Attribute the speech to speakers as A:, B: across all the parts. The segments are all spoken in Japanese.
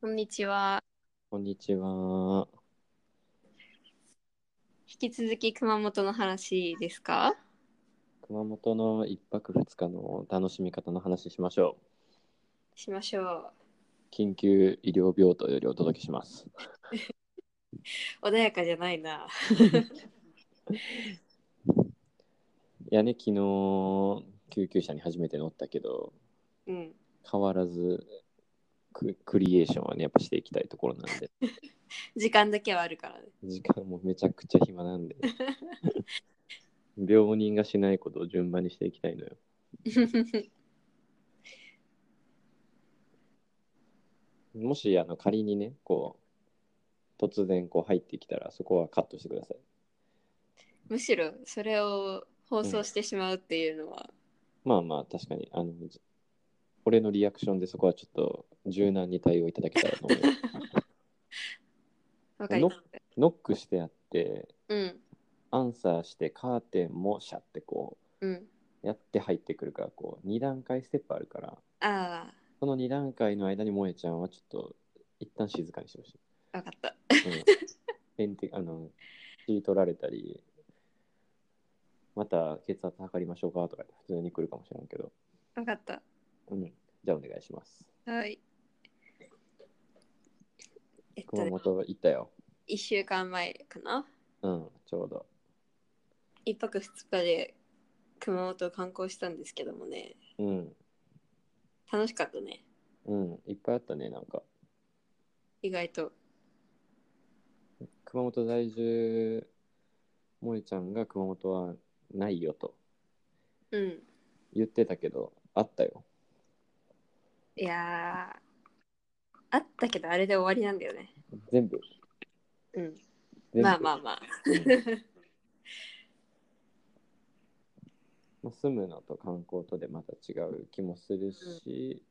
A: こんにちは。
B: こんにちは。
A: 引き続き熊本の話ですか
B: 熊本の一泊二日の楽しみ方の話しましょ
A: しましょ
B: う。緊急医療病棟よりお届けします。
A: う。穏やかじゃないな。
B: いやね、昨日救急車に初めて乗ったけど、
A: うん。
B: 変わらずククリエーションはね、やっぱしていきたいところなんで、
A: 時間だけはあるからね。
B: 時間もめちゃくちゃ暇なんで、病人がしないことを順番にしていきたいのよ。 もしあの仮にね、こう、突然こう入ってきたら、そこはカットしてください。
A: むしろそれを放送してしまうっていうのは、
B: まあまあ確かにあのじ俺のリアクションでそこはちょっと柔軟に対応いただけたらと思います
A: わかります。
B: ノックしてあって
A: うん。
B: アンサーしてカーテンもシャってこ
A: うん。
B: うやって入ってくるからこう2段階ステップあるから
A: あ
B: その2段階の間に萌えちゃんはちょっと一旦静かにしてほしい
A: あ、わかった。
B: うん、点滴あの血取られたりまた血圧測りましょうかとかって普通に来るかもしれんけど、
A: わかった。
B: うん、じゃあお願いします
A: はい。えっと
B: 熊
A: ね、
B: 本行ったよ
A: 1週間前かな
B: うんちょうど
A: 一泊二日で熊本を観光したんですけどもね、
B: うん
A: 楽しかったね、
B: うん、いっぱいあったね、なんか。
A: 意外と。
B: 熊本在住、萌ちゃんが熊本はないよと
A: うん。
B: 言ってたけど、あったよ。
A: いやー、あったけどあれで終わりなんだよね。
B: 全部。
A: うん。
B: 全部
A: まあまあまあ。
B: まあ住むのと観光とでまた違う気もするし、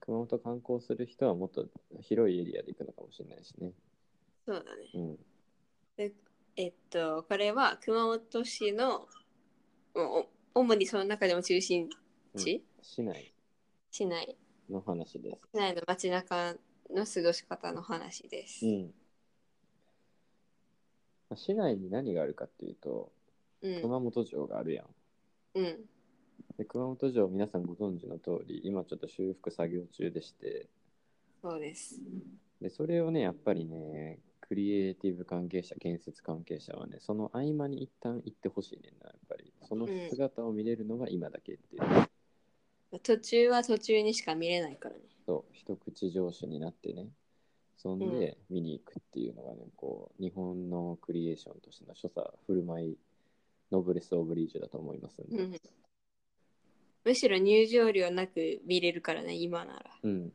B: 熊本観光する人はもっと広いエリアで行くのかもしれないしね。
A: そうだね。
B: うん。
A: えっと、これは熊本市の、おお主にその中でも中心地、
B: 市内
A: 市内、
B: の話で
A: 市内の街中の過ごし方の話です。
B: す。うん。まあ市内に何があるかっていうと、
A: うん。
B: 熊本城があるやん。
A: うん。
B: で熊本城皆さんご存知の通り今ちょっと修復作業中でして
A: そうです。
B: でそれをねやっぱりねクリエイティブ関係者建設関係者はねその合間に一旦行ってほしいねんなやっぱりその姿を見れるのが今だけっていう、
A: 途中は途中にしか見れないからね。
B: そう一口上手になってねそんで見に行くっていうのがねこう日本のクリエーションとしての所作振る舞いノブレス・オブリージュだと思いますんで、
A: うんむしろ入場料なく見れるからね、今なら。
B: うん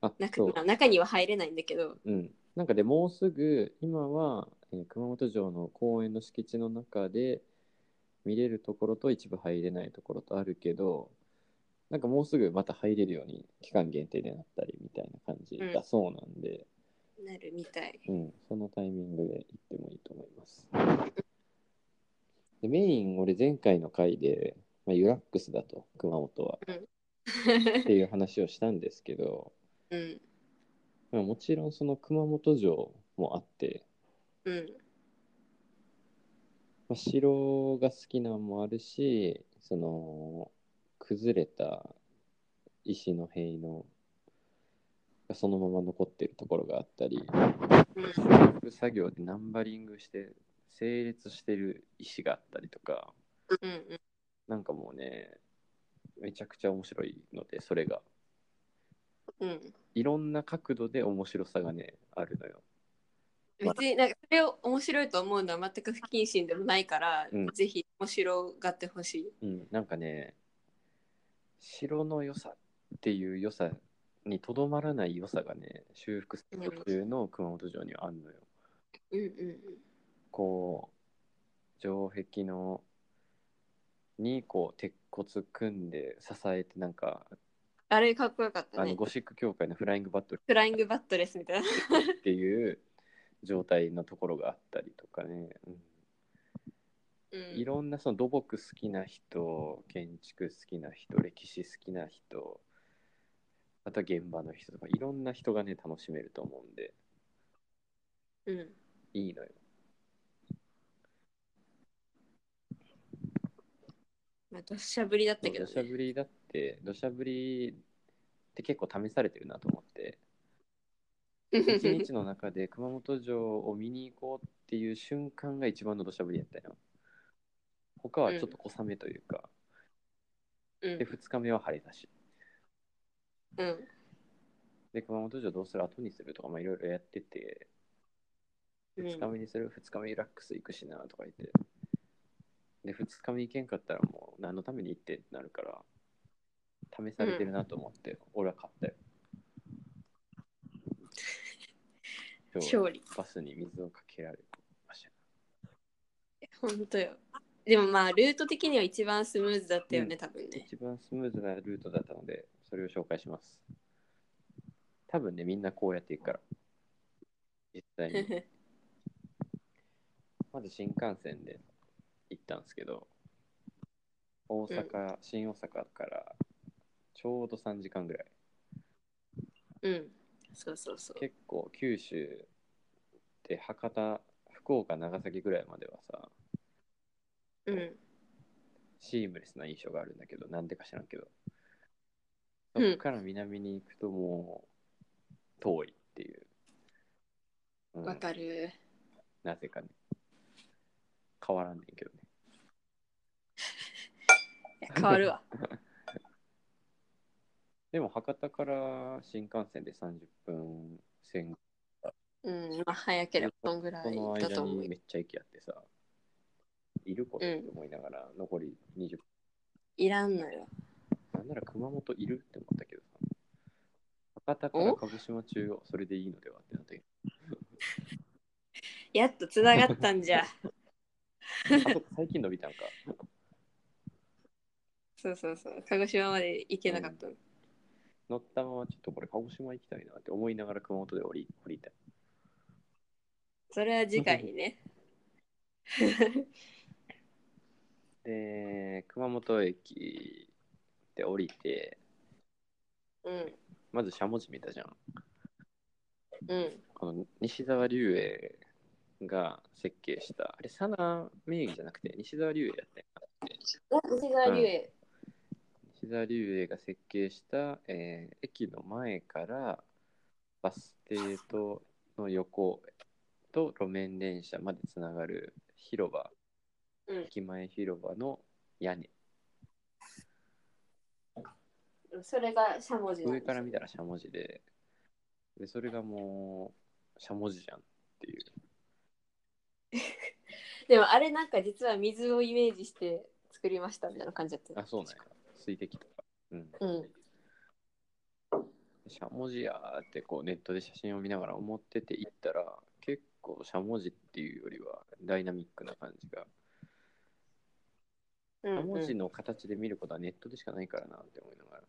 B: あ
A: なく
B: そう
A: まあ中には入れないんだけど、
B: うん、なんかでもうすぐ今は、えー熊本城の公園の敷地の中で見れるところと一部入れないところとあるけどなんかもうすぐまた入れるように期間限定でなったりみたいな感じ
A: うん
B: だそうなんで、
A: なるみたい。
B: うんそのタイミングで行ってもいいと思います。でメイン俺前回の回で、まあ、ユラックスだと熊本はっていう話をしたんですけど、
A: うん。
B: まあ、もちろんその熊本城もあって
A: うん。
B: まあ、城が好きなんもあるしその崩れた石の塀のがそのまま残ってるところがあったり
A: うん。
B: 修復作業でナンバリングして整列してる石があったりとか
A: うん。うん
B: なんかもうねめちゃくちゃ面白いのでそれが
A: うん。
B: いろんな角度で面白さがねあるのよ。
A: 別になんかそれを面白いと思うのは全く不謹慎でもないから、
B: うん
A: ぜひ面白がってほしい。
B: うん、なんかね城の良さっていう良さにとどまらない良さがね修復作業中の熊本城にはあるのよ。
A: うん
B: こう城壁のにこう鉄骨組んで支えてなんか、
A: あれかっこよかった
B: あの
A: ね。
B: ゴシック教会のフライングバットル
A: フライングバットレスみたい な。
B: っていう状態のところがあったりとかね、うん
A: うん、
B: いろんなその土木好きな人建築好きな人歴史好きな人あとは現場の人とかいろんな人がね楽しめると思うんで
A: うん。
B: いいのよ
A: まあ、どっしゃぶりだったけど
B: 土砂
A: ね。
B: 降りだって土砂降りって結構試されてるなと思って一 日の中で 熊本城を見に行こうっていう瞬間が一番の土砂降りやったよ他はちょっと小雨というか、
A: うん
B: で2日目は晴れたし
A: うん。
B: で熊本城どうする後にするとかまあいろいろやってて
A: うん
B: 2日目にする2日目リラックス行くしなとか言ってで2日目行けんかったらもう何のために行ってってなるから試されてるなと思って、俺は買ったよ今日
A: 勝利。
B: バスに水をかけられました
A: 本当よ。でもまあ、ルート的には一番スムーズだったよね、
B: うん
A: 多分ね。
B: 一番スムーズなルートだったのでそれを紹介します多分ねみんなこうやって行くから実際にまず新幹線で行ったんですけど大阪、新大阪からちょうど3時間ぐらい
A: うん。そうそうそう。
B: 結構九州で博多福岡長崎ぐらいまではさ
A: うん。
B: シームレスな印象があるんだけどなんでか知らんけど
A: うん
B: そっから南に行くともう遠いっていう、うん
A: わかる。
B: なぜかね変わらんねんけどね
A: いや変わ るわ。
B: でも博多から新幹線で30分線
A: うん。まあ、早ければそんぐら
B: その
A: いだ
B: 間
A: と思う
B: に。めっちゃ駅あってさいることって思いながら、残り20分
A: いらんのよ。
B: なんなら熊本いるって思ったけどさ博多から鹿児島中央それでいいのではってなっ たけど
A: やっとつながったんじ ゃ。
B: あそっか最近伸びたんか
A: そうそうそう。鹿児島まで行けなかったの。
B: 乗ったままちょっとこれ鹿児島行きたいなって思いながら熊本で降り降りた
A: それは次回にね。
B: で熊本駅で降りて
A: うん。
B: まずしゃもじ見たじゃん
A: うん。
B: この西澤龍英が設計したあれサナ名義じゃなくて西澤龍英やったよな
A: 西沢
B: 龍
A: 英。
B: 西澤龍英が設計した、えー駅の前からバス停との横と路面電車までつながる広場、
A: うん
B: 駅前広場の屋根
A: それがしゃもじなん
B: 上
A: です
B: から見たらしゃもじででそれがもうしゃもじじゃんっていう
A: でもあれなんか実は水をイメージして作りましたみたいな感じだったよ
B: あそうなんや水滴とかうん
A: うん
B: しゃもじやーってこうネットで写真を見ながら思ってて行ったら結構しゃもじっていうよりはダイナミックな感じが
A: う
B: し
A: ん
B: ゃも
A: う
B: じ
A: ん
B: の形で見ることはネットでしかないからなって思いながら。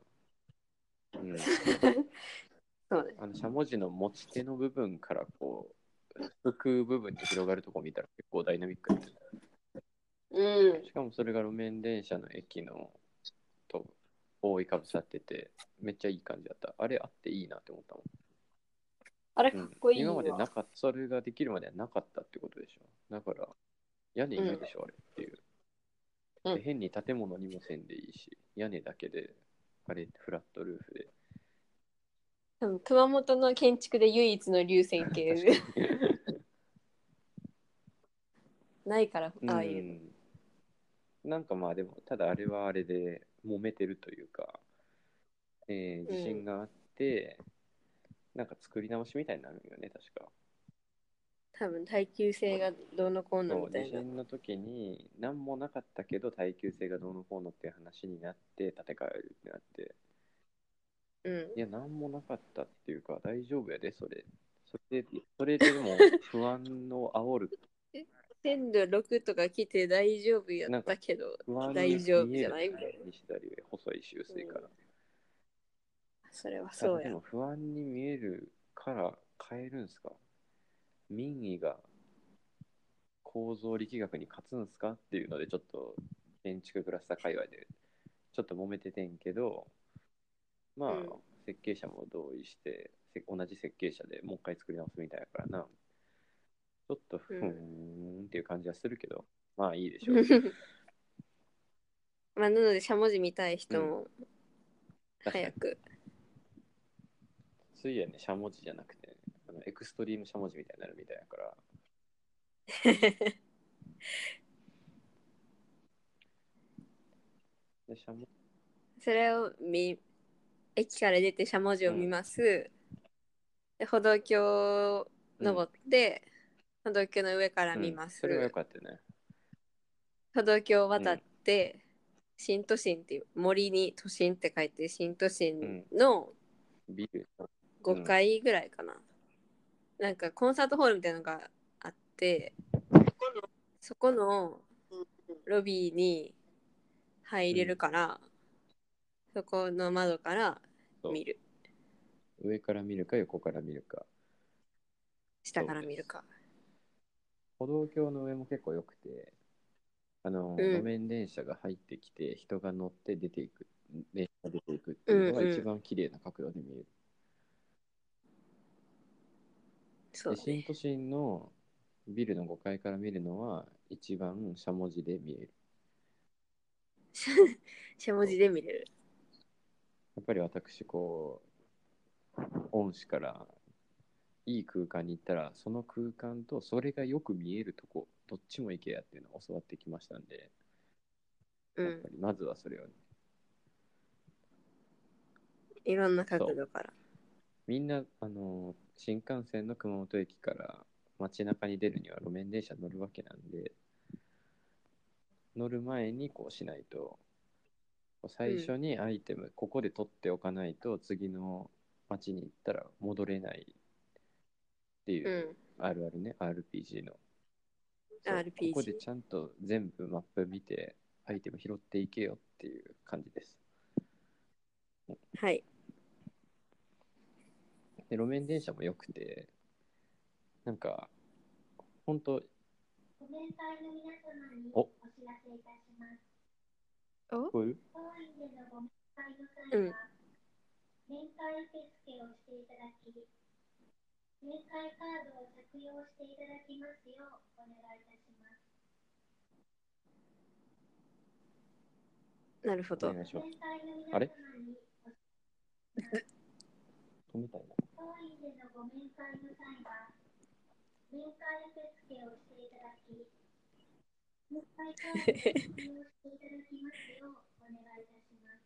B: うん、
A: そうね
B: あのしゃもじの持ち手の部分からこうすくう部分に広がるとこ見たら結構ダイナミックで
A: うん
B: しかもそれが路面電車の駅のと覆いかぶさっててめっちゃいい感じだったあれあっていいなって思ったもん
A: あれかっこいい
B: 今
A: わ、
B: までなかったそれができるまではなかったってことでしょだから屋根いるでしょ、あれって
A: う
B: いう、
A: ん
B: で変に建物にもせんでいいし屋根だけであれフラットルーフで
A: うん熊本の建築で唯一の流線形 ないからああいう、
B: うんなんかまあでもただあれはあれで揉めてるというか、えー、
A: うん
B: 自信があって、なんか作り直しみたいになるよね確か
A: 多分耐久性がどうのこうの
B: そう
A: みた
B: 地
A: いな
B: 震の時に何もなかったけど耐久性がどうのこうのっていう話になって建て替えるってなって
A: うん
B: いや何もなかったっていうか大丈夫やでそれそれでそれでも不安を煽る
A: 線路6とか来て大丈夫やったけど
B: 不安に
A: 大丈夫じゃ
B: 見
A: な
B: え
A: い
B: る
A: みたいな
B: 西田流へ細い修正から、
A: それは
B: た
A: そ
B: だ
A: う
B: で
A: や
B: も不安に見えるから変えるんすか民意が構造力学に勝つんすかっていうのでちょっと建築クラスター界隈でちょっと揉めててんけどまあ、
A: うん
B: 設計者も同意してせ同じ設計者でもう一回作り直すみたいだからなちょっとふ
A: うん
B: ーんっていう感じはするけどまあいいでしょう
A: まあ、なのでしゃもじ見たい人も
B: 確かに
A: 早く、
B: ついやねしゃもじじゃなくてあのエクストリームしゃもじみたいになるみたいだから でしゃも
A: それを見駅から出てしゃもじを見ます、で歩道橋を登って、歩道橋の上から見ます、
B: うんそれが良かったよね
A: 歩道橋を渡って、新都心っていう森に都心って書いて新都心の
B: ビル
A: 5階ぐらいかな、なんかコンサートホールみたいなのがあってそこのロビーに入れるから、そこの窓から見る
B: 上から見るか横から見るか
A: 下から見るか
B: 歩道橋の上も結構良くてあの、
A: うん
B: 路面電車が入ってきて人が乗って出ていく電車が出ていくっていうの
A: うん
B: が
A: うん
B: 一番綺麗な角度で見える、
A: そう
B: で新
A: ね
B: 都心のビルの5階から見るのは一番しゃもじで見える
A: しゃもじで見れる
B: やっぱり私こう恩師からいい空間に行ったらその空間とそれがよく見えるとこどっちも行けやっていうのを教わってきましたんで、
A: う
B: やっ
A: ん
B: ぱりまずはそれを
A: いろんな角度から
B: みんなあの新幹線の熊本駅から街中に出るには路面電車乗るわけなんで乗る前にこうしないとこう最初にアイテム、ここで取っておかないと次の街に行ったら戻れないっていう
A: ん
B: う、あるあるね RPG のそう
A: RPG
B: ここでちゃんと全部マップ見てアイテム拾っていけよっていう感じです
A: はい
B: で路面電車も良くてなんか本当
C: ご面会の皆様に
B: お
C: お知らせいたします。
A: お
B: こういう
C: 当院でのご面会の際は、面会受付をしていただき、面会カードを着用していただきますようお願いいたします。
A: なるほ
B: お
A: ど
B: 願いし
C: ご
B: ます
C: 面会の皆
B: あれ
C: 様
B: 止
C: にお
B: めたいな
C: 当院でのご面会の際は、面会受付をしていただき、面会カードを着用していただきますようお願いいたします。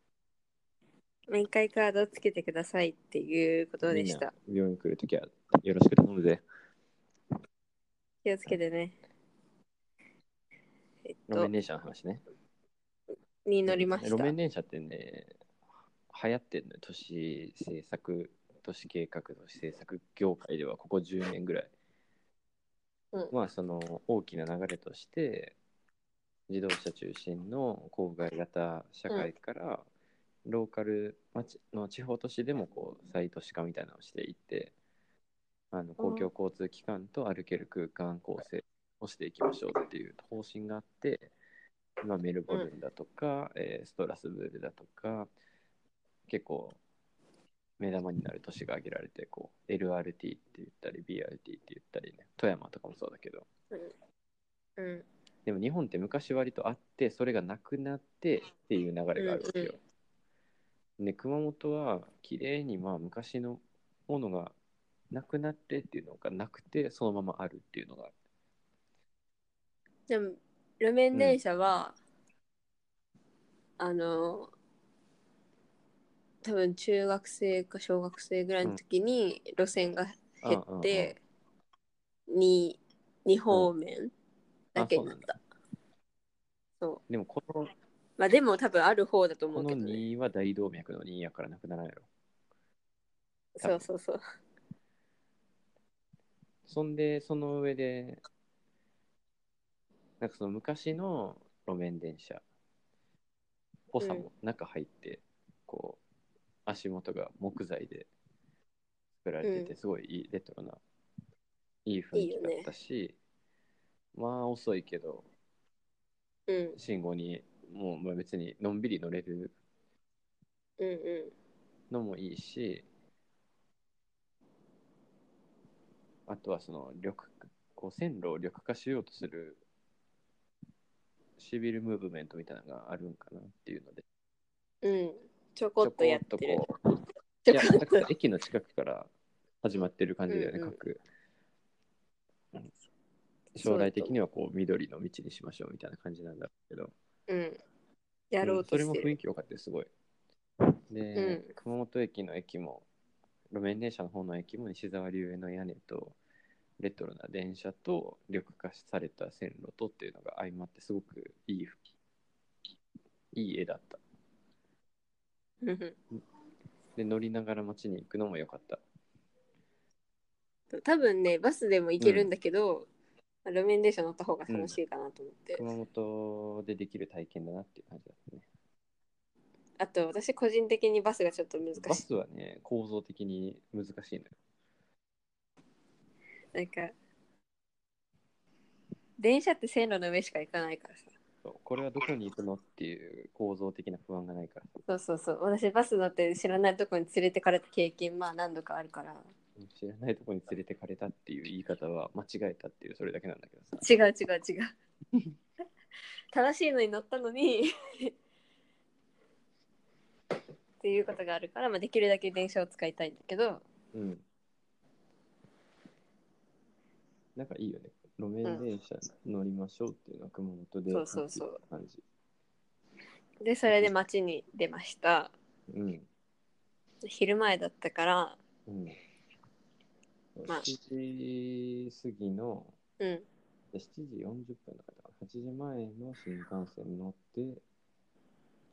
A: 面会カードをつけてくださいっていうことでした
B: みんな病院来るときはよろしく頼むぜ
A: 気をつけてねえっ
B: 路
A: と
B: 面電車の話ね
A: に乗りました
B: 路面電車ってね流行ってんのよ都市政策都市計画都市政策業界ではここ10年ぐらい、
A: うん
B: まあその大きな流れとして自動車中心の郊外型社会から、ローカル町の地方都市でもこう再都市化みたいなのをしていってあの公共交通機関と歩ける空間構成をしていきましょうっていう方針があって、まあ、メルボルンだとか、えーストラスブールだとか結構目玉になる都市が挙げられてこう LRT って言ったり BRT って言ったりね富山とかもそうだけど
A: うん
B: でも日本って昔割とあってそれがなくなってっていう流れがあるわけよ。で熊本は綺麗にまあ昔のものがなくなってっていうのがなくてそのままあるっていうのが
A: でも路面電車は、あの多分中学生か小学生ぐらいの時に路線が減って、に2方面だけになった、そう
B: でもこの
A: まあでも多分ある方だと思
B: こ
A: う
B: の
A: けど、ね、
B: 2は大動脈の2やからなくならないやろ。多
A: そ
B: 分
A: うそうそう
B: そんで、その上で、なんかその昔の路面電車っぽさも中入って、こう、足元が木材で作られてて、すごいいいレトロな、いい雰囲気だったし、まあ遅いけど、
A: うん
B: 信号にもうまあ別にのんびり乗れる
A: うんう
B: のもいいしあとはその緑こう線路を緑化しようとするシビルムーブメントみたいなのがあるんかなっていうので
A: うん。ちょこっとやって
B: ち
A: る
B: ょ。こっとこう
A: ち
B: い
A: ょ
B: や
A: こっ
B: だか
A: と
B: ら。駅の近くから始まってる感じだよね、
A: うんうん
B: 各
A: そう
B: 将来的にはこう緑の道にしましょうみたいな感じなんだけど
A: うん。やろうと
B: ん
A: し
B: そ
A: て
B: れも雰
A: る。
B: 囲気良かったよすごい。で、
A: うん
B: 熊本駅の駅も路面電車の方の駅も西沢流への屋根とレトロな電車と緑化された線路とっていうのが相まってすごくいいいい絵だった。
A: うん
B: で乗りながら街に行くのも良かった。
A: 多分ね、バスでも行けるんだけど、まあ路面電車乗った方が楽しいかなと思って。
B: 熊本でできる体験だなっていう感じだったね。
A: あと、私個人的にバスがちょっと難
B: バ
A: しい。
B: スはね構造的に難しいのよ。
A: なんか、電車って線路の上しか行かないからさ。
B: そうこれはどこに行くのっていう構造的な不安がないから。
A: そうそうそう。私、バス乗って知らないとこに連れてかれた経験、まあ何度かあるから。
B: 知らないとこに連れてかれたっていう言い方は間違えたっていうそれだけなんだけどさ
A: 違う違う違う 正しいのに乗ったのにっていうことがあるから、まあ、できるだけ電車を使いたいんだけど
B: うんなんかいいよね路面電車乗りましょうっていうのは熊本で
A: そうそうそう
B: 感じ
A: でそれで街に出ました
B: うん
A: 昼前だったから
B: うん、
A: まあ
B: 7時過ぎの
A: うん
B: 7時40分だったかな8時前の新幹線に乗って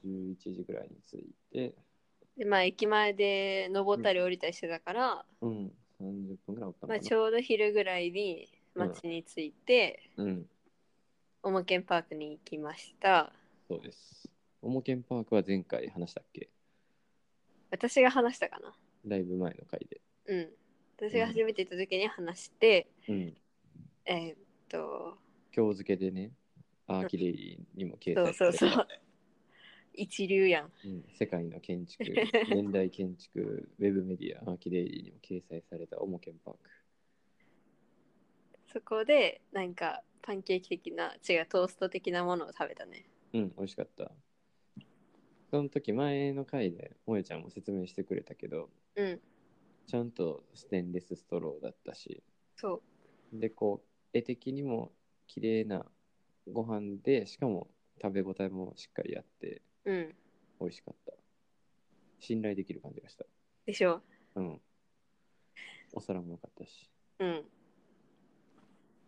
B: 11時ぐらいに着いて
A: でまあ駅前で登ったり降りたりしてたから、
B: うん30分ぐらいおった
A: ま
B: のか
A: あ、
B: な、
A: ちょうど昼ぐらいに街に着いて、
B: うん
A: おまけんパークに行きました
B: そうですおもけんパークは前回話したっけ
A: 私が話したかな
B: だいぶ前の回で
A: うん私が初めて行った時に話して、
B: うん
A: えーっと
B: 今日付けでね、アーキレイにも掲
A: そう
B: 載さ
A: そ
B: れ
A: う
B: た
A: そう。 一流やん。
B: うん世界の建築、現代建築、ウェブメディア、アーキレイにも掲載されたオモケンパーク。
A: そこで、なんか、パンケーキ的な、違う、トースト的なものを食べたね。
B: うん、美味しかった。その時前の回で、もえちゃんも説明してくれたけど、
A: うん、
B: ちゃんとステンレスストローだったし、
A: そう。
B: で、こう、絵的にも綺麗なご飯で、しかも食べ応えもしっかりあって、
A: うん。
B: 美味しかった。信頼できる感じがした。
A: でしょ
B: うん。お皿も良かったし。
A: う。うん。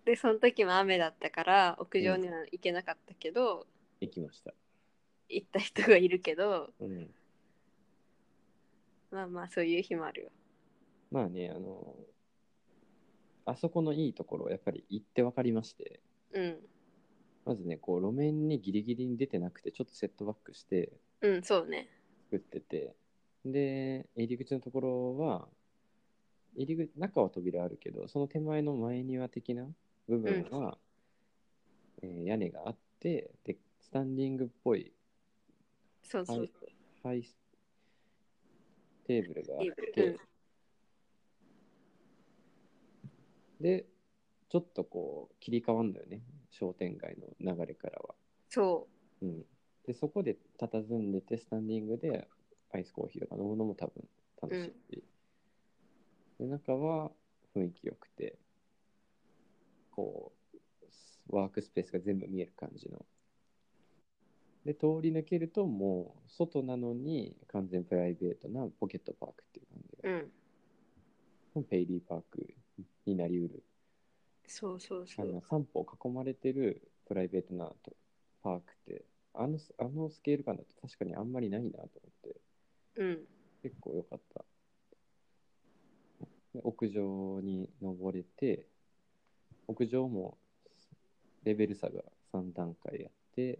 A: で、その時も雨だったから、屋上には行けなかったけど、
B: 行きました。
A: 行った人がいるけど、
B: うん、
A: まあまあ、そういう日もあるよ。
B: まあね、あの、あそこのいいところ、やっぱり行って分かりまして、
A: うん。
B: まずね、こう路面にギリギリに出てなくて、ちょっとセットバックして
A: うん、そうね。
B: 作ってて、で、入り口のところは、入り口中は扉あるけど、その手前の前庭的な部分は、えー屋根があって、で、スタンディングっぽい
A: そうそうそう。
B: ハイステーブルがあ
A: いい
B: って、で、ちょっとこう切り替わるんだよね、商店街の流れからは。
A: そ
B: うん、で、そこで佇んでて、スタンディングでアイスコーヒーとか飲むのも多分楽しいし、で、中は雰囲気良くて、こう、ワークスペースが全部見える感じの。で、通り抜けると、もう、外なのに完全プライベートなポケットパークっていう感じ
A: う。
B: が、
A: うん。
B: ペイリーパークになりうる
A: そうそうそ
B: あ
A: う
B: の。散歩を囲まれてるプライベートなとパークってあのスあのスケール感だと確かにあんまりないなと思って
A: うん。
B: 結構良かったで屋上に登れて屋上もレベル差が3段階あって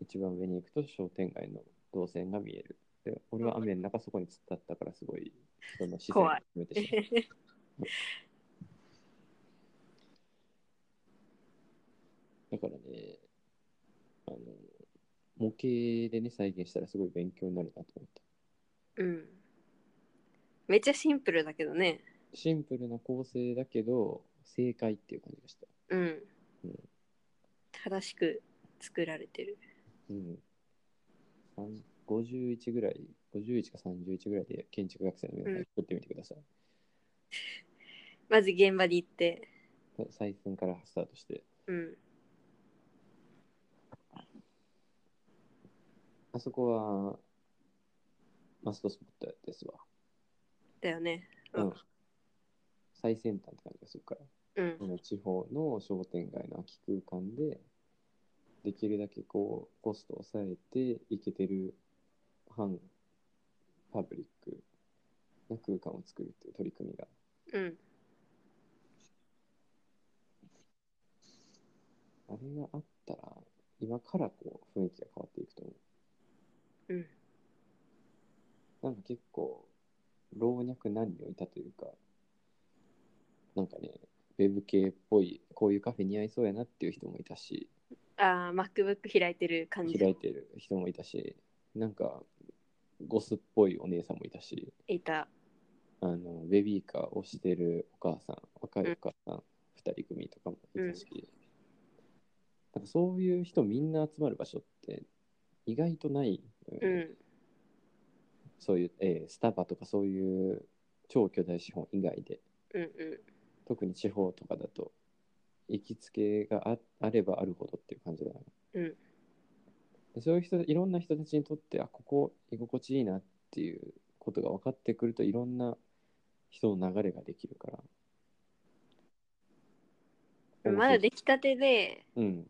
B: 一番上に行くと商店街の動線が見えるで俺は雨の中そこに突っ立ったからすごいその視線を
A: 怖い
B: めてしまっただからね、あの、模型でね、再現したらすごい勉強になるなと思った。
A: うん。めっちゃシンプルだけどね。
B: シンプルな構成だけど正解っていう感じがした、
A: うん
B: うん。
A: 正しく作られてる。
B: うん、さん51ぐらい51か31ぐらいで建築学生の皆さん
A: うん
B: 作ってみてください、
A: まず現場に行って。
B: さ採寸からスタートして
A: うん。
B: あそこはマストスポットですわ
A: だよね。
B: うん最先端って感じがするから
A: うん
B: こ。の地方の商店街の空き空間でできるだけこうコストを抑えていけてる反パブリックな空間を作るっていう取り組みが
A: うん。
B: あれがあったら今からこう雰囲気が変わっていくと思
A: うん。
B: うなんか結構老若男女いたというかなんかねウェブ系っぽいこういうカフェ似合いそうやなっていう人もいたし
A: ああ、MacBook 開いてる感じ。
B: 開いてる人もいたしなんかゴスっぽいお姉さんもいたし
A: いた。
B: あのベビーカーをしてるお母さん若いお母さん2人組とかもいたし、なんかそういう人みんな集まる場所って意外とない、
A: うん。
B: そういう、えースタバとかそういう超巨大資本以外で
A: うんう
B: 特に地方とかだと行きつけがああればあるほどっていう感じだな、
A: うん
B: でそういう人いろんな人たちにとってあここ居心地いいなっていうことが分かってくるといろんな人の流れができるから
A: ん。まだできたてで、
B: うん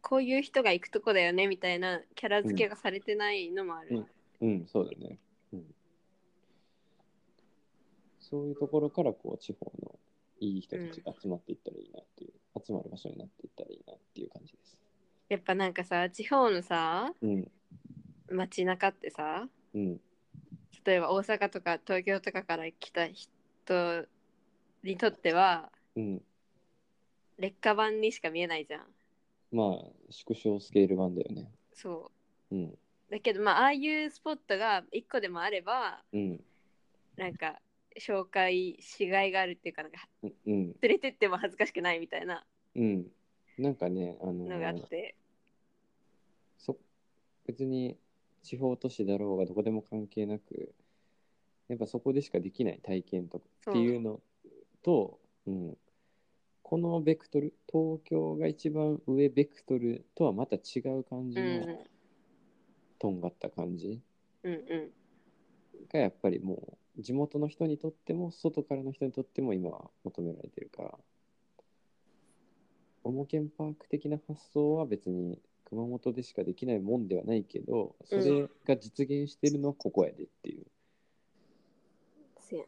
A: こういう人が行くとこだよねみたいなキャラ付けがされてないのもある。
B: うんそうだね、うん、そういうところからこう地方のいい人たちが集まっていったらいいなっていう、集まる場所になっていったらいいなっていう感じです
A: やっぱなんかさ、地方のさ、
B: うん
A: 街中ってさ、
B: うん
A: 例えば大阪とか東京とかから来た人にとっては
B: うん
A: 劣化版にしか見えないじゃん
B: まあ縮小スケール版だよね
A: そ
B: うん
A: うだけどまあああいうスポットが一個でもあれば
B: うん
A: なんか紹介しがいがあるっていうかなんか
B: うん
A: 連れてっても恥ずかしくないみたいな
B: うんなんかねあの
A: のがあって
B: そ別に地方都市だろうがどこでも関係なくやっぱそこでしかできない体験とか
A: そう
B: っていうのと、うん、このベクトル東京が一番上ベクトルとはまた違う感じ
A: うん
B: のとんがった感じ
A: うんうん
B: がやっぱりもう地元の人にとっても外からの人にとっても今は求められてるからオモケンパーク的な発想は別に熊本でしかできないもんではないけどそれが実現してるのはここやでっていう、
A: せや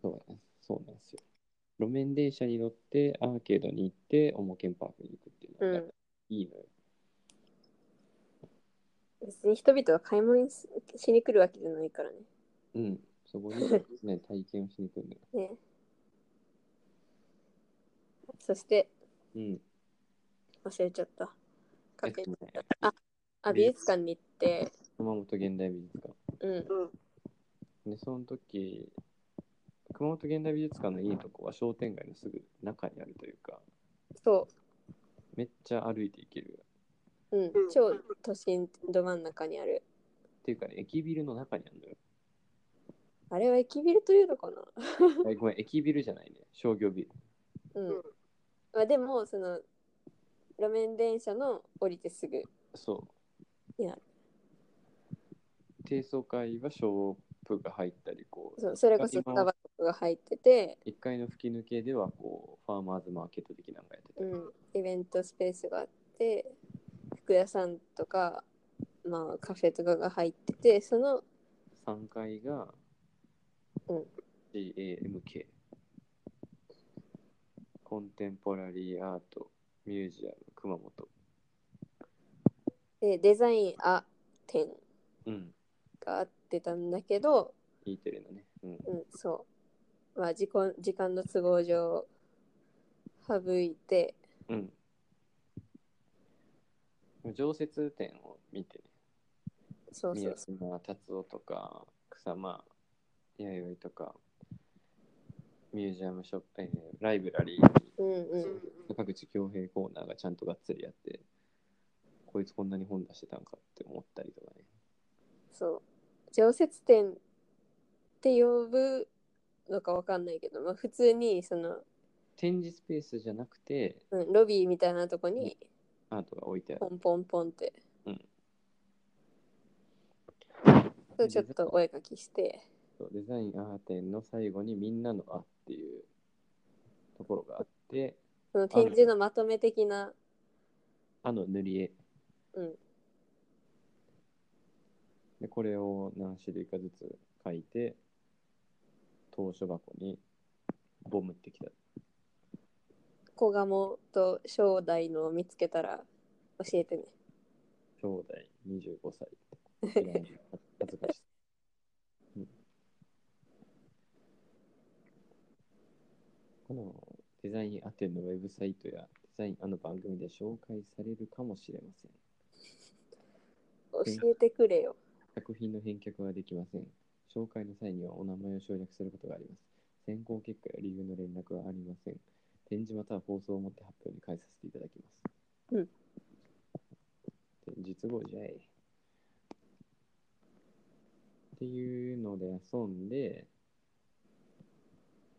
B: そうなんそうなんですよ路面電車に乗ってアーケードに行ってオモケンパークに行くっていう
A: う
B: のが
A: ん
B: いいのよ、
A: 別に人々が買い物ししに来るわけじゃないからね
B: うんそこに、 ね、体験をしに行くんだよ、
A: ねそして
B: うん
A: 忘れちゃった
B: えっとね、
A: あ美術館に行って
B: 熊本現代美術館
A: うん
B: でその時熊本現代美術館のいいとこは商店街のすぐ中にあるというか
A: そ
B: めっちゃ歩いていける
A: う、うん、超都心ど真ん中にある。
B: っていうかね駅ビルの中にある のよ
A: あれは駅ビルというのかな
B: あごめん駅ビルじゃないね商業ビル
A: うん。まあでも、その、路面電車の降りてすぐ。
B: そう
A: いや
B: 低層階はショップが入ったりこう
A: そうそれこそスタバとかが入ってて、
B: 1階の吹き抜けではこうファーマーズマーケット的なのがやってた
A: う
B: り、
A: ん、イベントスペースがあって、服屋さんとか、まあカフェとかが入ってて、その、
B: 3階が
A: うん
B: CAMK コンテンポラリーアートミュージアム熊本
A: でデザインア展
B: うん
A: があってたんだけど、
B: E テレのね、うん、
A: うん、そう。まあ時間時間の都合上、省いて、
B: うん常設展を見てね
A: そうそ
B: 宮
A: うそ
B: 島達夫とかさまあ弥生とかミュージアムショップ、えーライブラリー
A: うんうん。
B: 坂口恭平コーナーがちゃんとがっつりやってこいつこんなに本出してたんかって思ったりとかね
A: そう。常設展って呼ぶのかわかんないけど、まあ、普通にその、
B: 展示スペースじゃなくて
A: うん、ロビーみたいなとこに
B: アートが置いてあ
A: ポ
B: る
A: ンポンポンって。
B: うん
A: そうちょっとお絵描きして。
B: そうデザインアート展の最後にみんなの「あ」っていうところがあって
A: その展示のまとめ的な、
B: 「あ」の塗り絵
A: うん、
B: でこれを何種類かずつ書いて投書箱にボムってきた
A: 小鴨と正代のを見つけたら教えてね。
B: 兄弟25歳って。いや 恥ずかしい。うんこのデザインアテンのウェブサイトやデザインあの番組で紹介されるかもしれません。
A: 教えてくれよ。
B: 作品の返却はできません。紹介の際にはお名前を省略することがあります。選考結果や理由の連絡はありません。展示または放送をもって発表に変えさせていただきます。
A: うん。
B: 展示後じゃい。っていうので遊んで、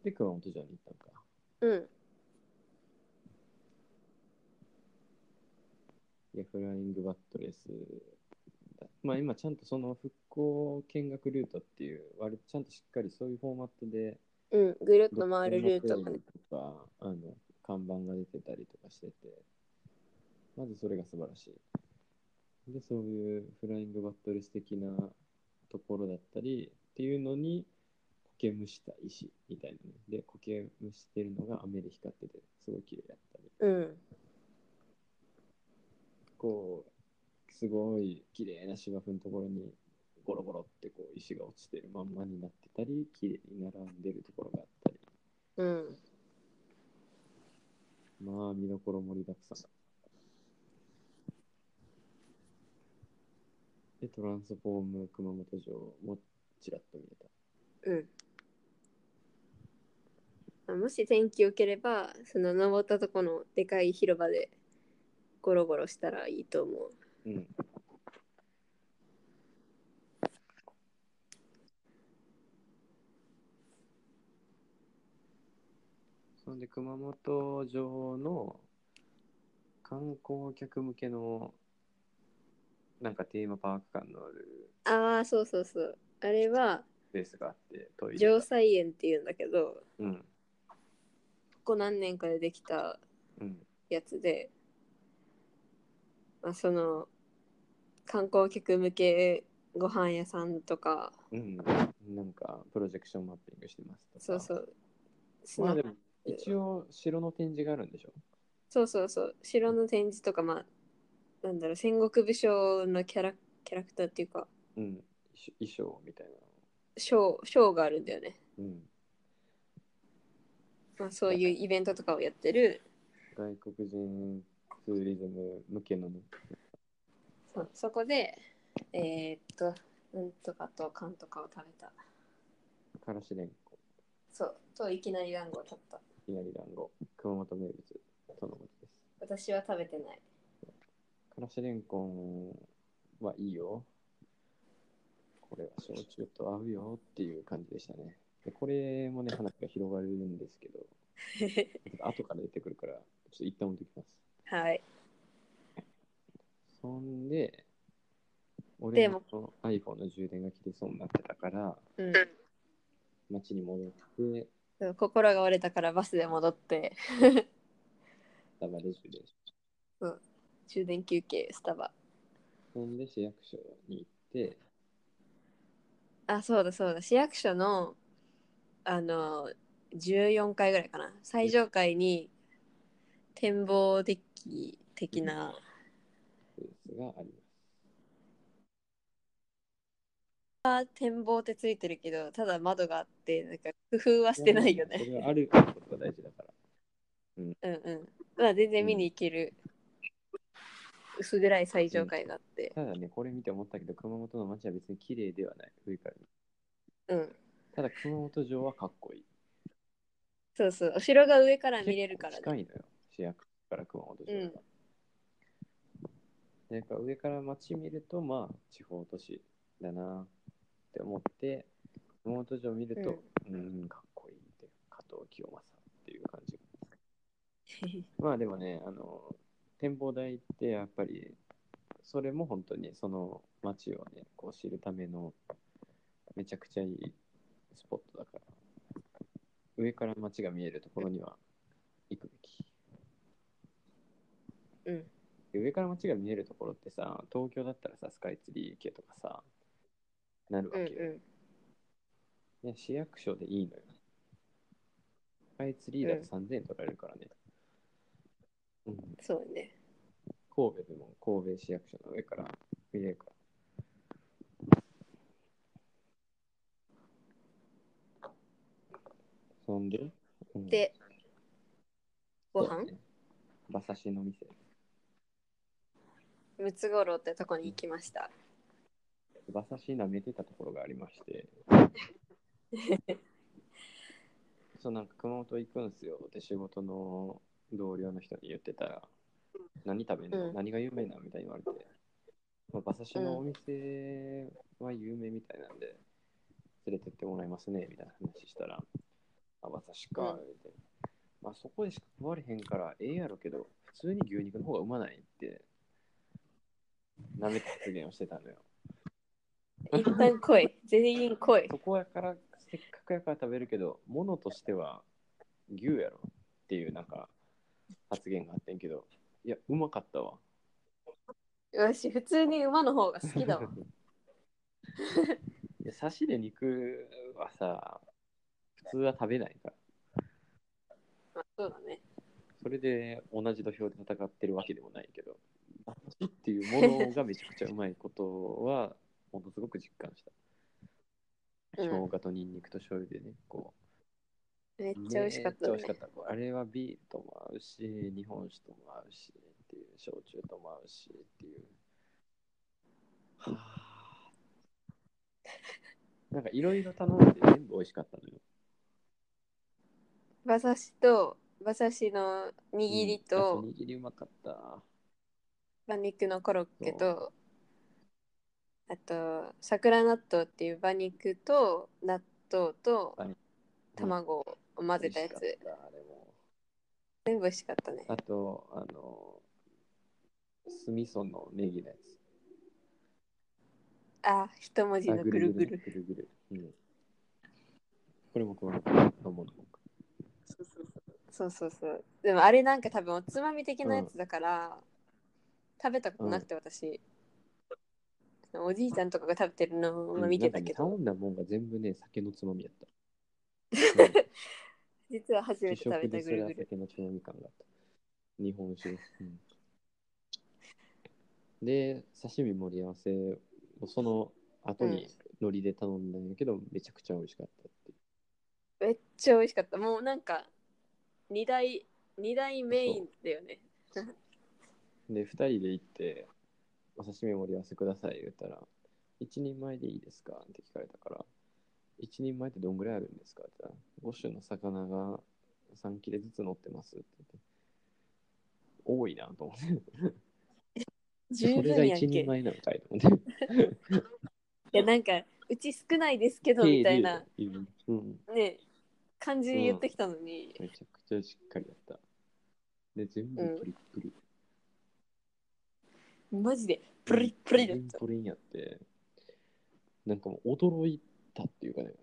B: で、熊本城に行ったのか。
A: うん。
B: いや、フライングバットレスだ。まあ今ちゃんとその復興見学ルートっていう、割とちゃんとしっかりそういうフォーマットで、
A: うん。ぐるっと回るルートが
B: と。か、あの、看板が出てたりとかしてて、まずそれが素晴らしい。で、そういうフライングバットレス的なところだったりっていうのに、苔むした石みたいなね。で、苔むしてるのが雨で光ってて、すごい綺麗だったり。
A: うん。
B: こう、すごい綺麗な芝生のところに、ゴロゴロってこう石が落ちてるまんまになってたり、綺麗に並んでるところがあったり。
A: うん。
B: まあ、見どころ盛りだくさん。で、トランスフォーム熊本城もちらっと見え
A: うん。もし天気良ければ、その登ったとこのでかい広場でゴロゴロしたらいいと思う。
B: た。うん。そんで、熊本城の観光客向けのなんかテーマパーク感のある
A: ああ、そうそうそう。あれは、
B: スペースがあって、トイレ
A: 城
B: が。
A: 西園っていうんだけど、
B: うん。
A: ここ何年かでできた
B: うん。
A: やつで、まあ、その観光客向けご飯屋さんとか
B: うん、なんかプロジェクションマッピングしてますとか。
A: そうそう
B: ま
A: 砂
B: あでも一応城の展示があるんでしょ。
A: そうそうそう城の展示とかまあなんだろう戦国武将のキャラキャラクターっていうか
B: うん。衣衣装みたい
A: ショーショーがあるんだよね、
B: な。うん。
A: まあ、そういうイベントとかをやってる
B: 外国人ツーリズム向けのね。
A: そうそこでえーっとなんとかとかんとかを食べた
B: からしれんこ、
A: そうといきなり団子を食べた
B: ひなり団子、熊本名物、そのことです。
A: 私は食べてない
B: からしれんこんはいいよ。これは焼酎と合うよっていう感じでしたね。でこれもね、話が広がるんですけど、ちょっと後から出てくるから、ちょっと一旦置いておきます。
A: はい
B: そんで、俺
A: でも
B: の iPhone の充電が切れそうになってたから、
A: うん
B: 街に戻って、
A: そう心が折れたからバスで戻って
B: ダバレ充電し
A: 終電休憩スタバ
B: そんで市役所に行って、
A: あそうだそうだ市役所のあの14階ぐらいかな最上階に展望デッキ的な
B: ブースがあります。
A: あ展望ってついてるけどただ窓があってなんか工夫はしてないよ
B: そ
A: ね
B: れはあることが大事だから。
A: うんうんまあ全然見に行ける薄暗い最上階があって
B: ただね、これ見て思ったけど、熊本の街は別に綺麗ではない。上から見
A: うん。
B: ただ熊本城はかっこいい。
A: そうそう。お城が上から見れるから
B: 近
A: ね。
B: いのよ。市役所から熊本城
A: うん
B: が。なんか上から街見ると、まあ、地方都市だなって思って、熊本城見ると、うーん、かっこいいって、加藤清正っていう感じ。まあでもね、あの、展望台ってやっぱり、それも本当にその街をね、こう知るための、めちゃくちゃいいスポットだから、上から街が見えるところには行くべき。
A: うん。
B: で上から街が見えるところってさ東京だったらさスカイツリー系とかさなるわ
A: うん
B: けよ、
A: う
B: ね、市役所でいいのよスカイツリーだと3000円取られるからね、うん、
A: ん。そうね。
B: 神戸でも神戸市役所の上から見れるからそんで、うん、
A: で、ご
B: そう
A: 飯
B: ね馬刺しの店
A: ムツゴロウってとこに行きま した。
B: 馬刺し舐めてたところがあり まして。そうなんか熊本行くんすよって仕事の同僚の人に言ってたら、何食べんの、
A: うん
B: 何が有名なみたいに言われて、まあ、馬刺しのお店は有名みたいなんで、連れてってもらいますねみたいな話したら、あ、馬刺しか、
A: うん
B: みたいな。まあそこでしか食われへんから、ええやろけど、普通に牛肉の方がうまないって、舐めた発言をしてたのよ。
A: 一旦来い。全員来い。
B: そこやから、せっかくやから食べるけど、ものとしては牛やろっていうなんか発言があってんけど、いや、うまかったわ。
A: 私、普通に馬の方が好きだわ。
B: いや、刺しで肉はさ、普通は食べないから。
A: まあそうだね。
B: それで同じ土俵で戦ってるわけでもないけど、馬刺しっていうものがめちゃくちゃうまいことは、ものすごく実感した。
A: うん
B: 生姜とニンニクと醤油でね、こう、
A: めっちゃ美味しかった、
B: めっ
A: ね
B: ちゃ美味し。かった。あれはビールとも合うし、日本酒とも合うし、っていう、焼酎とも合うし、っていう。は あ。なんかいろいろ頼んで全部美味しかったのよ。
A: 馬刺しと、馬刺しの握り
B: う
A: と
B: ん、握りうまかった。
A: 馬肉のコロッケと、あと、桜納豆っていう馬肉と納豆と
B: はい
A: 卵を混ぜたや
B: 美
A: つ
B: 味し。かったあれも。
A: 全部美味しかったね。
B: あと、あの、スミソンのネギのやつ。
A: あ、一文字
B: あ
A: のぐるぐる。
B: ぐるぐる。うん。これもこれも、飲もう飲もう
A: そうそうそうそうそうそうでもあれなんか多分おつまみ的なやつだから、食べたことなくて私、おじいちゃんとかが食べてるのを見てたけど、
B: うんなんかね頼んだもんが全部ね、酒のつまみ やった。
A: 実は初
B: うん
A: めて食べ
B: 主食
A: た
B: で
A: ぐ
B: それ
A: る
B: は
A: ぐる
B: 酒のつまみ感があった。日本酒です。うんで、刺身盛り合わせをその後に海苔で頼んだんやけど、めちゃくちゃ美味しかったっていう。
A: めっちゃ美味しかったもうなんか2大二大メインだよね
B: で、2人で行って、お刺身盛り合わせください言ったら、一人前でいいですかって聞かれたから、一人前ってどんぐらいあるんですかって言ったら、5種の魚が3切れずつ乗ってますって言って、多いなと思って。
A: 十
B: それが
A: 分やんけ
B: 一人
A: い
B: 前なのかいと思って。
A: やなんかうち少ないですけどみたいな
B: 手入れる。うん。
A: ね感じで言ってきたのに、
B: めちゃくちゃしっかりやった。で、全部プリップリ。
A: マジでプリップリだっ
B: 全部
A: た
B: プリンやって。なんかもう驚いたっていうかね、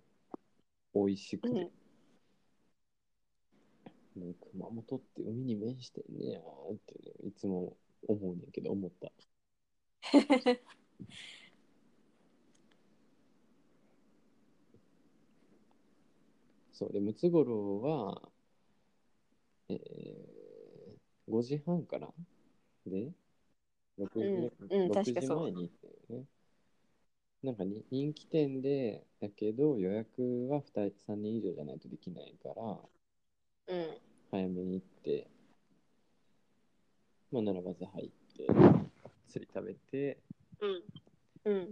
B: 美味しくて。
A: うん
B: ね熊本って海に面してんねやーってね、いつも思うねんけど、思った。そうで、ムツゴロウは、えー、5時半からで、6
A: う
B: 時,、
A: んうん
B: 6時
A: 確かそう
B: 前に行ったよね。なんかに人気店で、だけど予約は2人3人以上じゃないとできないから、
A: うん
B: 早めに行って、まあ、ならまず入って、釣り食べて、
A: うんうん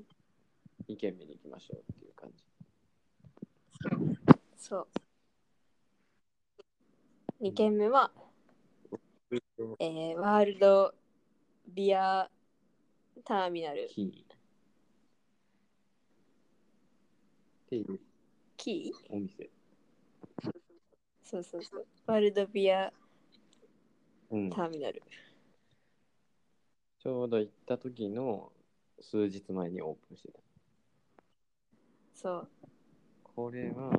B: 2軒目に行きましょうっていう感じ。
A: そう2軒目は、えー、ワールドビアターミナル
B: キー。っていう
A: キー
B: お店。
A: そうそうそうワールドビア
B: うん。
A: ターミナル、
B: ちょうど行った時の数日前にオープンしてた。
A: そう
B: これは、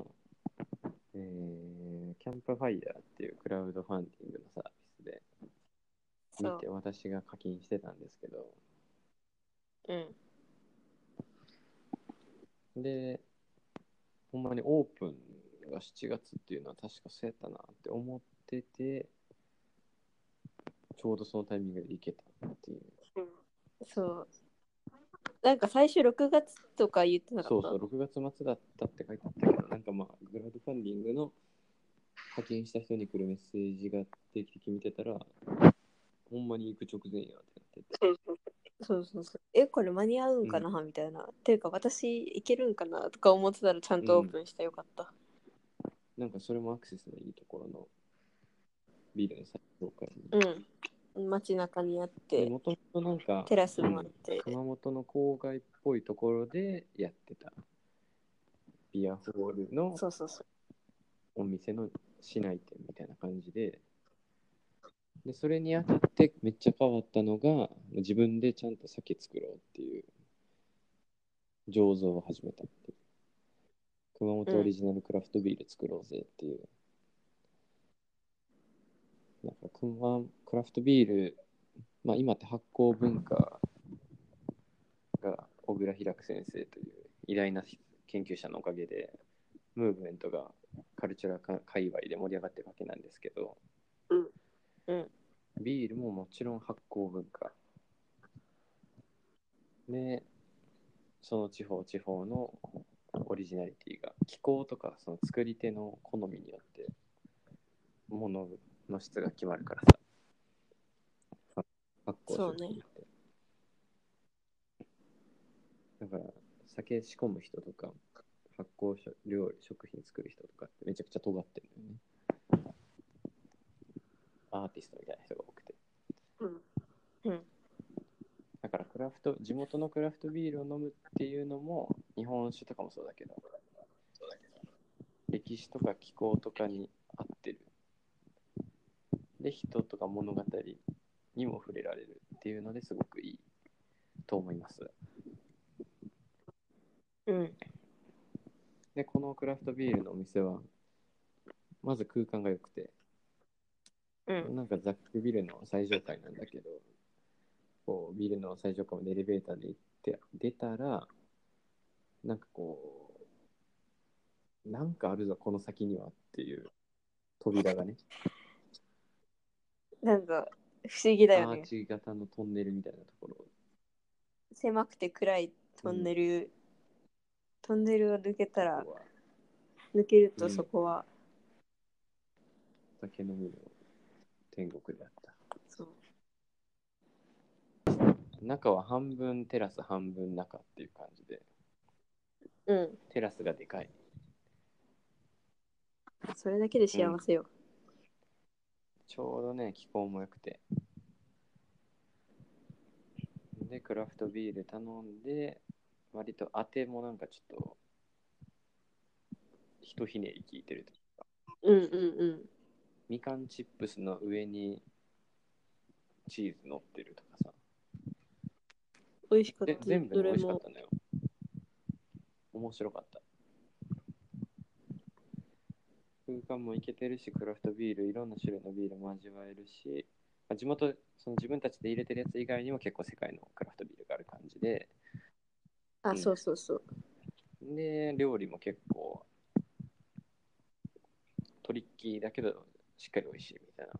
B: えー、キャンプファイヤーっていうクラウドファンディングのサービスで、
A: そ
B: 見
A: う
B: て私が課金してたんですけど、
A: うん
B: で、ほんまにオープンが7月っていうのは確かそうやったなって思ってて、ちょうどそのタイミングで行けたっていう。
A: そうなんか最初6月とか言ってなか
B: そ
A: っ
B: う
A: た
B: そう、6月末だったって書いてあったけど、なんかまあ、クラウドファンディングの派遣した人に来るメッセージが定期的に見てたら、ほんまに行く直前やってなってて。
A: そうそうそうえこれ間に合うんかな、みたいなっていうか私いけるんかなとか思ってたらちゃんとオープンしたよかった、
B: なんかそれもアクセスのいいところのビルの最上階に。
A: うん、街中にあっ
B: で、
A: て
B: もともとなんか、
A: テラスもあって、
B: 熊本の郊外っぽいところでやってた。ビアホールの
A: そうそうそう
B: お店の市内店みたいな感じで、で、それにあたってめっちゃ変わったのが、自分でちゃんと酒作ろうっていう、醸造を始めたっていう。熊本オリジナルクラフトビール作ろうぜっていう。なんか熊、クラフトビール、まあ今って発酵文化が小倉開く先生という偉大な研究者のおかげで、ムーブメントがカルチュラか界隈で盛り上がってるわけなんですけど、
A: うんうん
B: ビールももちろん発酵文化でその地方地方のオリジナリティが気候とかその作り手の好みによってものの質が決まるからさ発酵する
A: そうね
B: だから酒仕込む人とか発酵しょ料理食品作る人とかってめちゃくちゃ尖ってるんだよねアーティストみたいな人が多くてだからクラフト地元のクラフトビールを飲むっていうのも日本酒とかもそうだけど歴史とか気候とかに合ってるで人とか物語にも触れられるっていうのですごくいいと思います
A: うん
B: でこのクラフトビールのお店はまず空間が良くて
A: うん
B: なんかザックビルの最上階なんだけど、こうビルの最上階までエレベーターで行って、出たら、なんかこう、なんかあるぞ、この先にはっていう扉がね、
A: なんか不思議
B: ア
A: だよ
B: ー
A: ね
B: チ型のトンネルみたいなところ。
A: 狭くて暗いトンネル、トンネルを抜けたら
B: ここは
A: 抜ける
B: う
A: と
B: ん
A: そこは、
B: 酒飲みの天国であった。
A: そう
B: 中は半分テラス、半分中っていう感じで、
A: うん
B: テラスがでかい。
A: それだけで幸せよ、
B: ちょうどね、気候も良くて。で、クラフトビール頼んで、割と当てもなんかちょっと、ひとひねり効いてるというか。
A: うん、うんうん
B: みかんチップスの上にチーズ乗ってるとかさ。
A: 美味しかった
B: で、全部
A: ど
B: ね美
A: れ
B: 味しかっ
A: も
B: たのよ。面白かった。空間もいけてるし、クラフトビール、いろんな種類のビールも味わえるし、まあ、地元、その自分たちで入れてるやつ以外にも結構世界のクラフトビールがある感じで、
A: あそうそうそう
B: で、料理も結構トリッキーだけど、しっかり美味しいみたいな。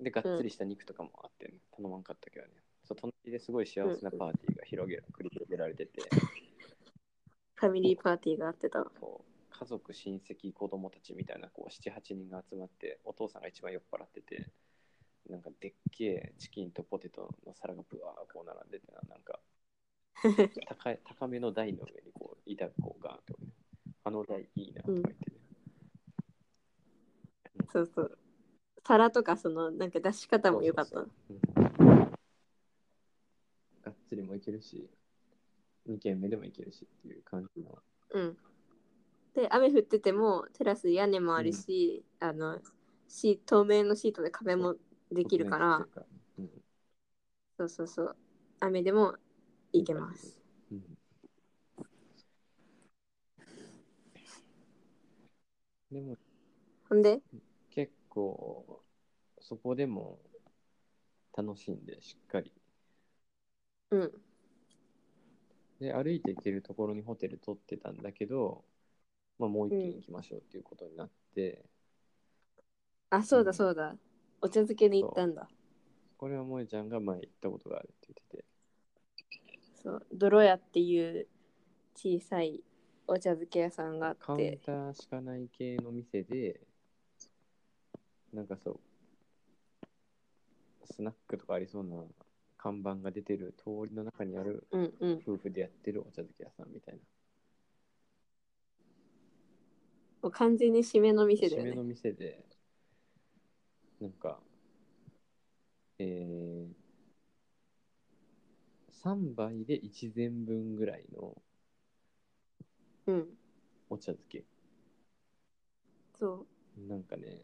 B: で、がっつりした肉とかもあって、ね頼まんかったけどね。そう隣ですごい幸せなパーティーが広げら繰り広げられてて。
A: ファミリーパーティーがあってた
B: こう家族親戚子供たちみたいなこう78人が集まってお父さんが一番酔っ払っててなんかでっけえチキンとポテトの皿がぶわーこう並んでてななんか高い高めの台の上にこう板がこうガーンと置いてあるあの台いいなとか言って、ね
A: そうそう皿とかそのなんか出し方も良かった
B: そうそうそううんがっつりもいけるし、2軒目でもいけるしっていう感じの。
A: うんで雨降っててもテラス屋根もあるし、あのシー透明のシートで壁もできるから
B: うん。
A: そうそうそう雨でも行けます。
B: うん。でも
A: ほんで
B: 結構そこでも楽しんでしっかり
A: うん
B: で歩いて行けるところにホテル取ってたんだけど、まあ、もう一軒行きましょうっていうことになって、
A: あそうだそうだお茶漬けに行ったんだ
B: これは萌えちゃんが前行ったことがあるって言ってて
A: そう泥屋っていう小さいお茶漬け屋さんがあ
B: カ
A: っ
B: ウン
A: て
B: ターしかない系の店でなんかそうスナックとかありそうな看板が出てる通りの中にある
A: うんうん
B: 夫婦でやってるお茶漬け屋さんみたいな
A: もう完全に締めの店だよ
B: 締め
A: ね
B: の店でなんかえー、3杯で1膳分ぐらいの
A: うん
B: お茶漬け
A: そう
B: なんかね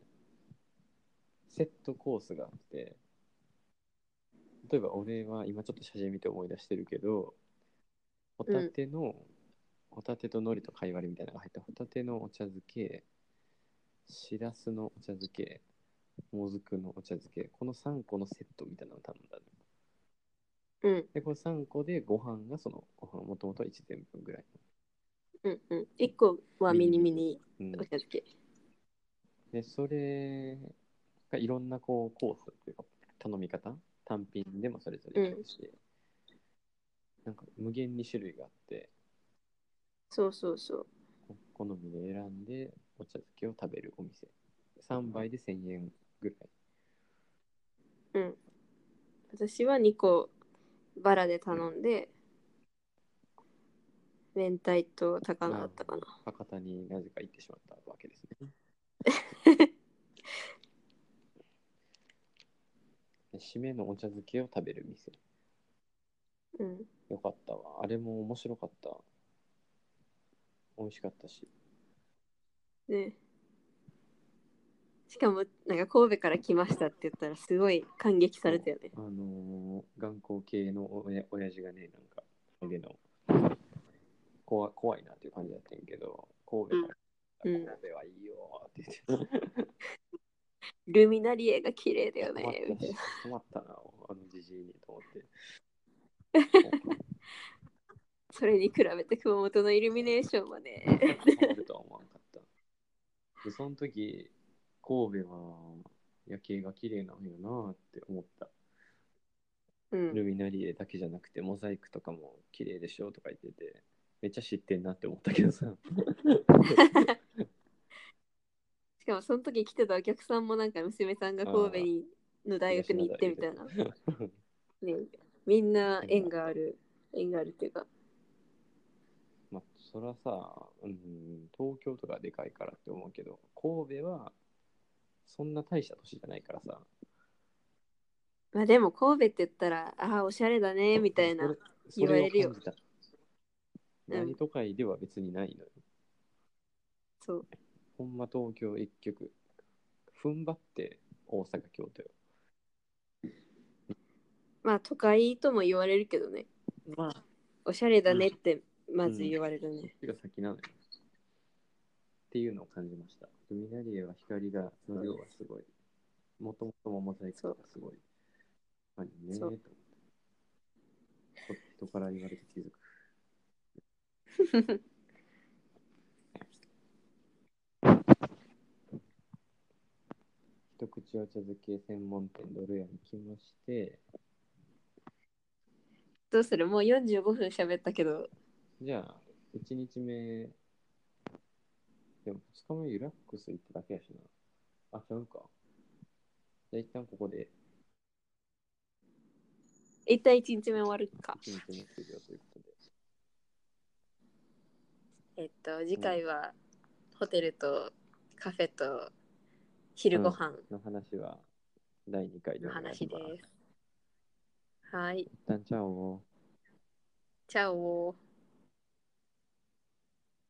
B: セットコースがあって例えば俺は今ちょっと写真見て思い出してるけどホタテの、ホタテと海苔と貝割りみたいなのが入ったホタテのお茶漬けしらすのお茶漬けもずくのお茶漬けこの3個のセットみたいなのを頼んだの
A: うん
B: でこれ3個でご飯がそのご飯もともと1膳分ぐらい
A: うんうん1個はミニミニ
B: の、うん
A: お茶漬け
B: で、それがいろんなこうコースっていうか、頼み方、単品でもそれぞれいけるし、なんか無限に種類があって、
A: そうそうそう
B: こ好みで選んでお茶漬けを食べるお店。3杯で1000円ぐら
A: う
B: い。
A: ん私は2個バラで頼んで明太と高菜だったかな
B: あー博多になぜか行ってしまったわけですね。で締めのお茶漬けを食べる店。
A: うん
B: よかったわ。あれも面白かった。美味しかったし。
A: ねしかもなんか神戸から来ましたって言ったらすごい感激されたよね
B: あのー、頑固系のおや親父がね、なんか、あれの怖怖いなっていう感じだったんやけど、神戸か
A: うんうん
B: ら、神戸はいいよーって言って、
A: ルミナリエが綺麗だよね
B: 止ま
A: み
B: った
A: たい
B: し
A: な
B: 止まったな、あのじじいにと思 って。
A: それに比べて熊本のイルミネーションはね
B: 変わるとは思わなかった。で、その時、神戸は夜景が綺麗なんよなーって思った。
A: う
B: ル
A: ん
B: ミナリエだけじゃなくて、モザイクとかも綺麗でしょとか言ってて、めっちゃ知ってんなって思ったけどさ。
A: しかもその時来てたお客さんもなんか娘さんが神戸にの大学に行ってみたいな、ね、みんな縁がある縁があるっていうか
B: まあ、それはさ、うん、東京とかでかいからって思うけど、神戸はそんな大した都市じゃないからさ。
A: まあでも神戸って言ったらああおしゃれだねみたいな
B: それそれを
A: 言われるよ
B: 感じた。
A: うん
B: 大都会では別にないのよ。
A: そう
B: ほんま東京一極。踏ん張って大阪、京都よ。
A: まあ都会とも言われるけどね
B: まあ、
A: おしゃれだねってまず言われるね、
B: が先なのよ。っていうのを感じました。ルミナリエは光が、の量がすごい。もともともモザイクがすごい。あねえと
A: そ
B: 思っ
A: う
B: て。こ人から言われて気づく。一口お茶漬け専門店ドルヤに来まして、
A: どうするもう45分喋ったけど
B: じゃあ、1日目、でも2日目リラックス行っただけやしな。あ、ちゃうか。じゃあ一旦ここで
A: 一旦1日目終わるか
B: 1日目終了ということで。
A: えっと次回はホテルとカフェと昼ご飯
B: の話は第2回で
A: の
B: お願い
A: 話
B: し
A: で
B: ます。
A: す。はい、
B: 一旦チャオ。
A: チャオ。